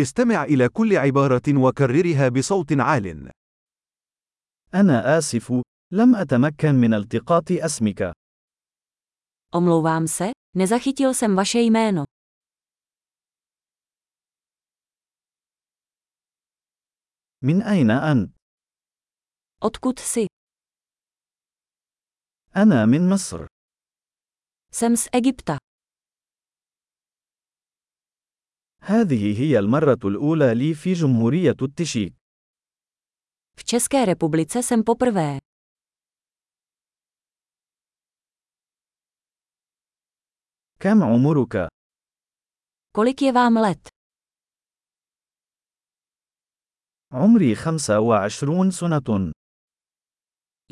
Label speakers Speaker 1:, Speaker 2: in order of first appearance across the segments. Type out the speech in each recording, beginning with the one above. Speaker 1: استمع إلى كل عبارة وكررها بصوت عال.
Speaker 2: أنا آسف، لم أتمكن من التقاط اسمك.
Speaker 3: Omlouvám se, nezachytil jsem vaše jméno.
Speaker 2: من أين أنت؟
Speaker 3: Odkud jsi?
Speaker 2: أنا من مصر.
Speaker 3: Jsem z Egypta.
Speaker 2: هذه هي المرة الأولى لي في جمهورية التشيك.
Speaker 3: V České republice jsem poprvé.
Speaker 2: كم عمرك؟
Speaker 3: Kolik je vám let?
Speaker 2: عمري 25 سنة.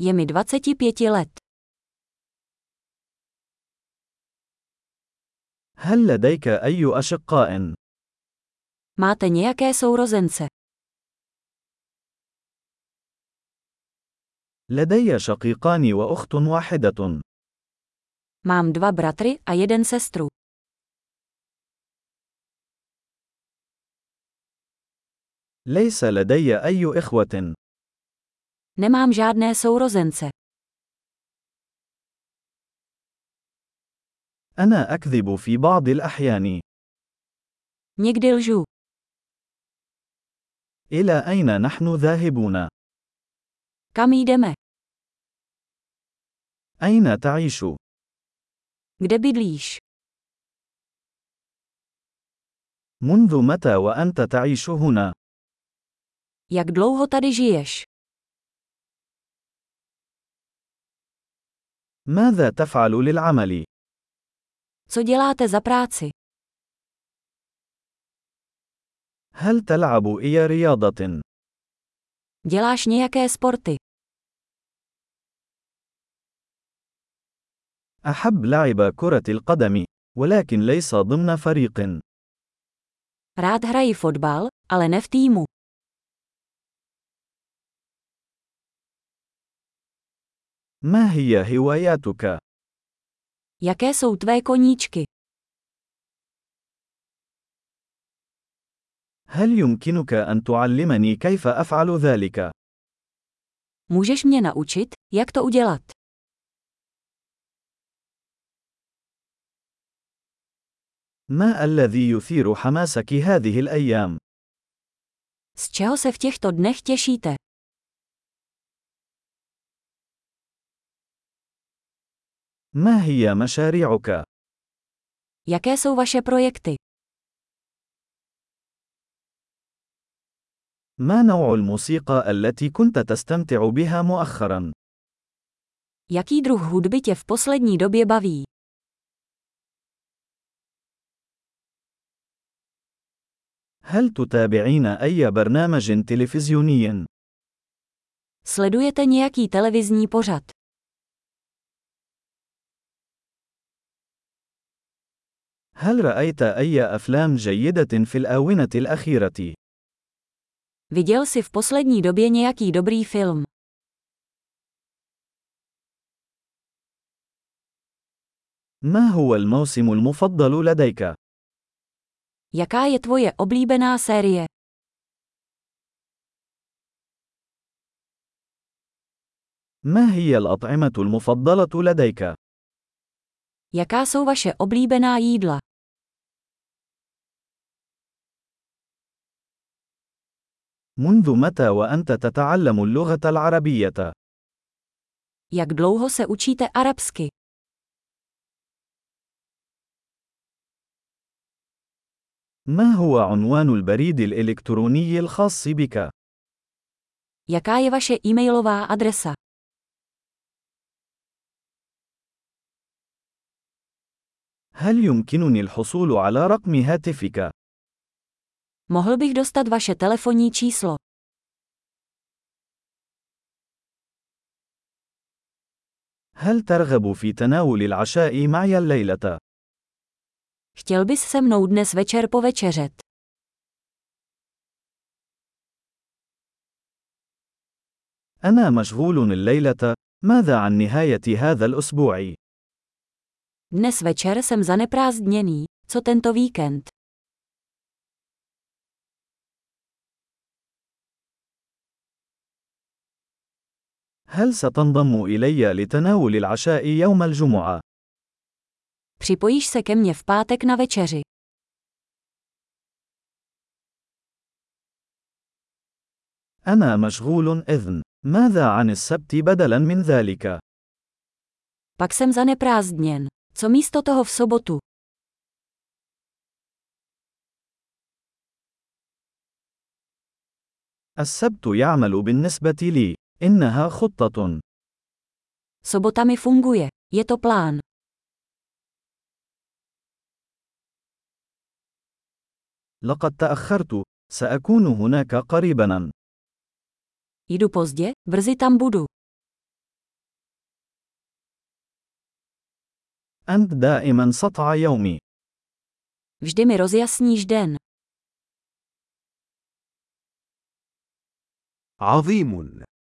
Speaker 3: Je mi 25 let.
Speaker 2: هل لديك أي أشقاء؟
Speaker 3: Máte nějaké sourozence?
Speaker 2: لدي شقيقان وأخت واحدة.
Speaker 3: Mám dva bratry a jeden sestru.
Speaker 2: ليس لدي أي إخوة.
Speaker 3: Nemám žádné sourozence.
Speaker 2: أنا أكذب في بعض الأحيان.
Speaker 3: Někdy lžu.
Speaker 2: إلى أين نحن ذاهبون؟
Speaker 3: Kam jdeme?
Speaker 2: أين تعيش؟
Speaker 3: Kde bydlíš?
Speaker 2: منذ متى وأنت تعيش هنا؟
Speaker 3: Jak dlouho tady žiješ?
Speaker 2: ماذا تفعل للعمل؟
Speaker 3: Co děláte za práci?
Speaker 2: هل تلعب أي رياضة؟
Speaker 3: Děláš nějaké sporty?
Speaker 2: أحب لعب كرة القدم، ولكن ليس ضمن فريق.
Speaker 3: Rád hraji fotbal, ale ne v týmu.
Speaker 2: ما هي هواياتك؟
Speaker 3: Jaké jsou tvé koníčky?
Speaker 2: هل يمكنك أن تعلمني كيف أفعل ذلك؟
Speaker 3: Můžeš mě naučit, jak to udělat?
Speaker 2: ما الذي يثير حماسك هذه الأيام؟
Speaker 3: Z čeho se v těchto dnech těšíte?
Speaker 2: ما هي مشاريعك؟
Speaker 3: Jaké jsou vaše projekty?
Speaker 2: ما نوع الموسيقى التي كنت تستمتع بها مؤخرا؟
Speaker 3: Jaký druh hudby tě v poslední době baví?
Speaker 2: هل تتابعين أي برنامج تلفزيوني؟
Speaker 3: Sledujete nějaký televizní pořad?
Speaker 2: هل رأيت أي أفلام جيدة في الآونة الأخيرة؟
Speaker 3: Viděl jsi v poslední době nějaký dobrý film?
Speaker 2: ما هو الموسم المفضل لديك؟
Speaker 3: Jaká je tvoje oblíbená série?
Speaker 2: ما هي الأطعمة المفضلة لديك؟
Speaker 3: Jaká jsou vaše oblíbená jídla?
Speaker 2: منذ متى وأنت تتعلم اللغة العربية؟
Speaker 3: Jak dlouho se učíte arabsky?
Speaker 2: ما هو عنوان البريد الإلكتروني الخاص بك؟
Speaker 3: Jaká je vaše e-mailová adresa?
Speaker 2: هل يمكنني الحصول على رقم هاتفك؟
Speaker 3: Mohl bych dostat vaše telefonní číslo?
Speaker 2: هل ترغب في تناول العشاء معي الليلة؟
Speaker 3: Chtěl bys se mnou dnes večer povečeřet?
Speaker 2: أنا مشغول الليلة، ماذا عن نهاية هذا الأسبوع؟
Speaker 3: Dnes večer jsem zaneprázdněný, co tento víkend?
Speaker 2: هل ستنضم إلي لتناول العشاء يوم الجمعة؟
Speaker 3: Připojíš se ke mně v pátek na večeři.
Speaker 2: أنا مشغول إذن. ماذا عن السبت بدلاً من ذلك؟
Speaker 3: Pak jsem zaneprázdněn. Co místo toho v sobotu?
Speaker 2: السبت يعمل بالنسبة لي. إنها خطة.
Speaker 3: Sobota mi funguje. Je to plán.
Speaker 2: لقد تأخرت. سأكون هناك قريباً.
Speaker 3: Jdu pozdě, brzy tam budu.
Speaker 2: أنت دائماً سطع يومي.
Speaker 3: Vždy mi rozjasníš den.
Speaker 1: عظيم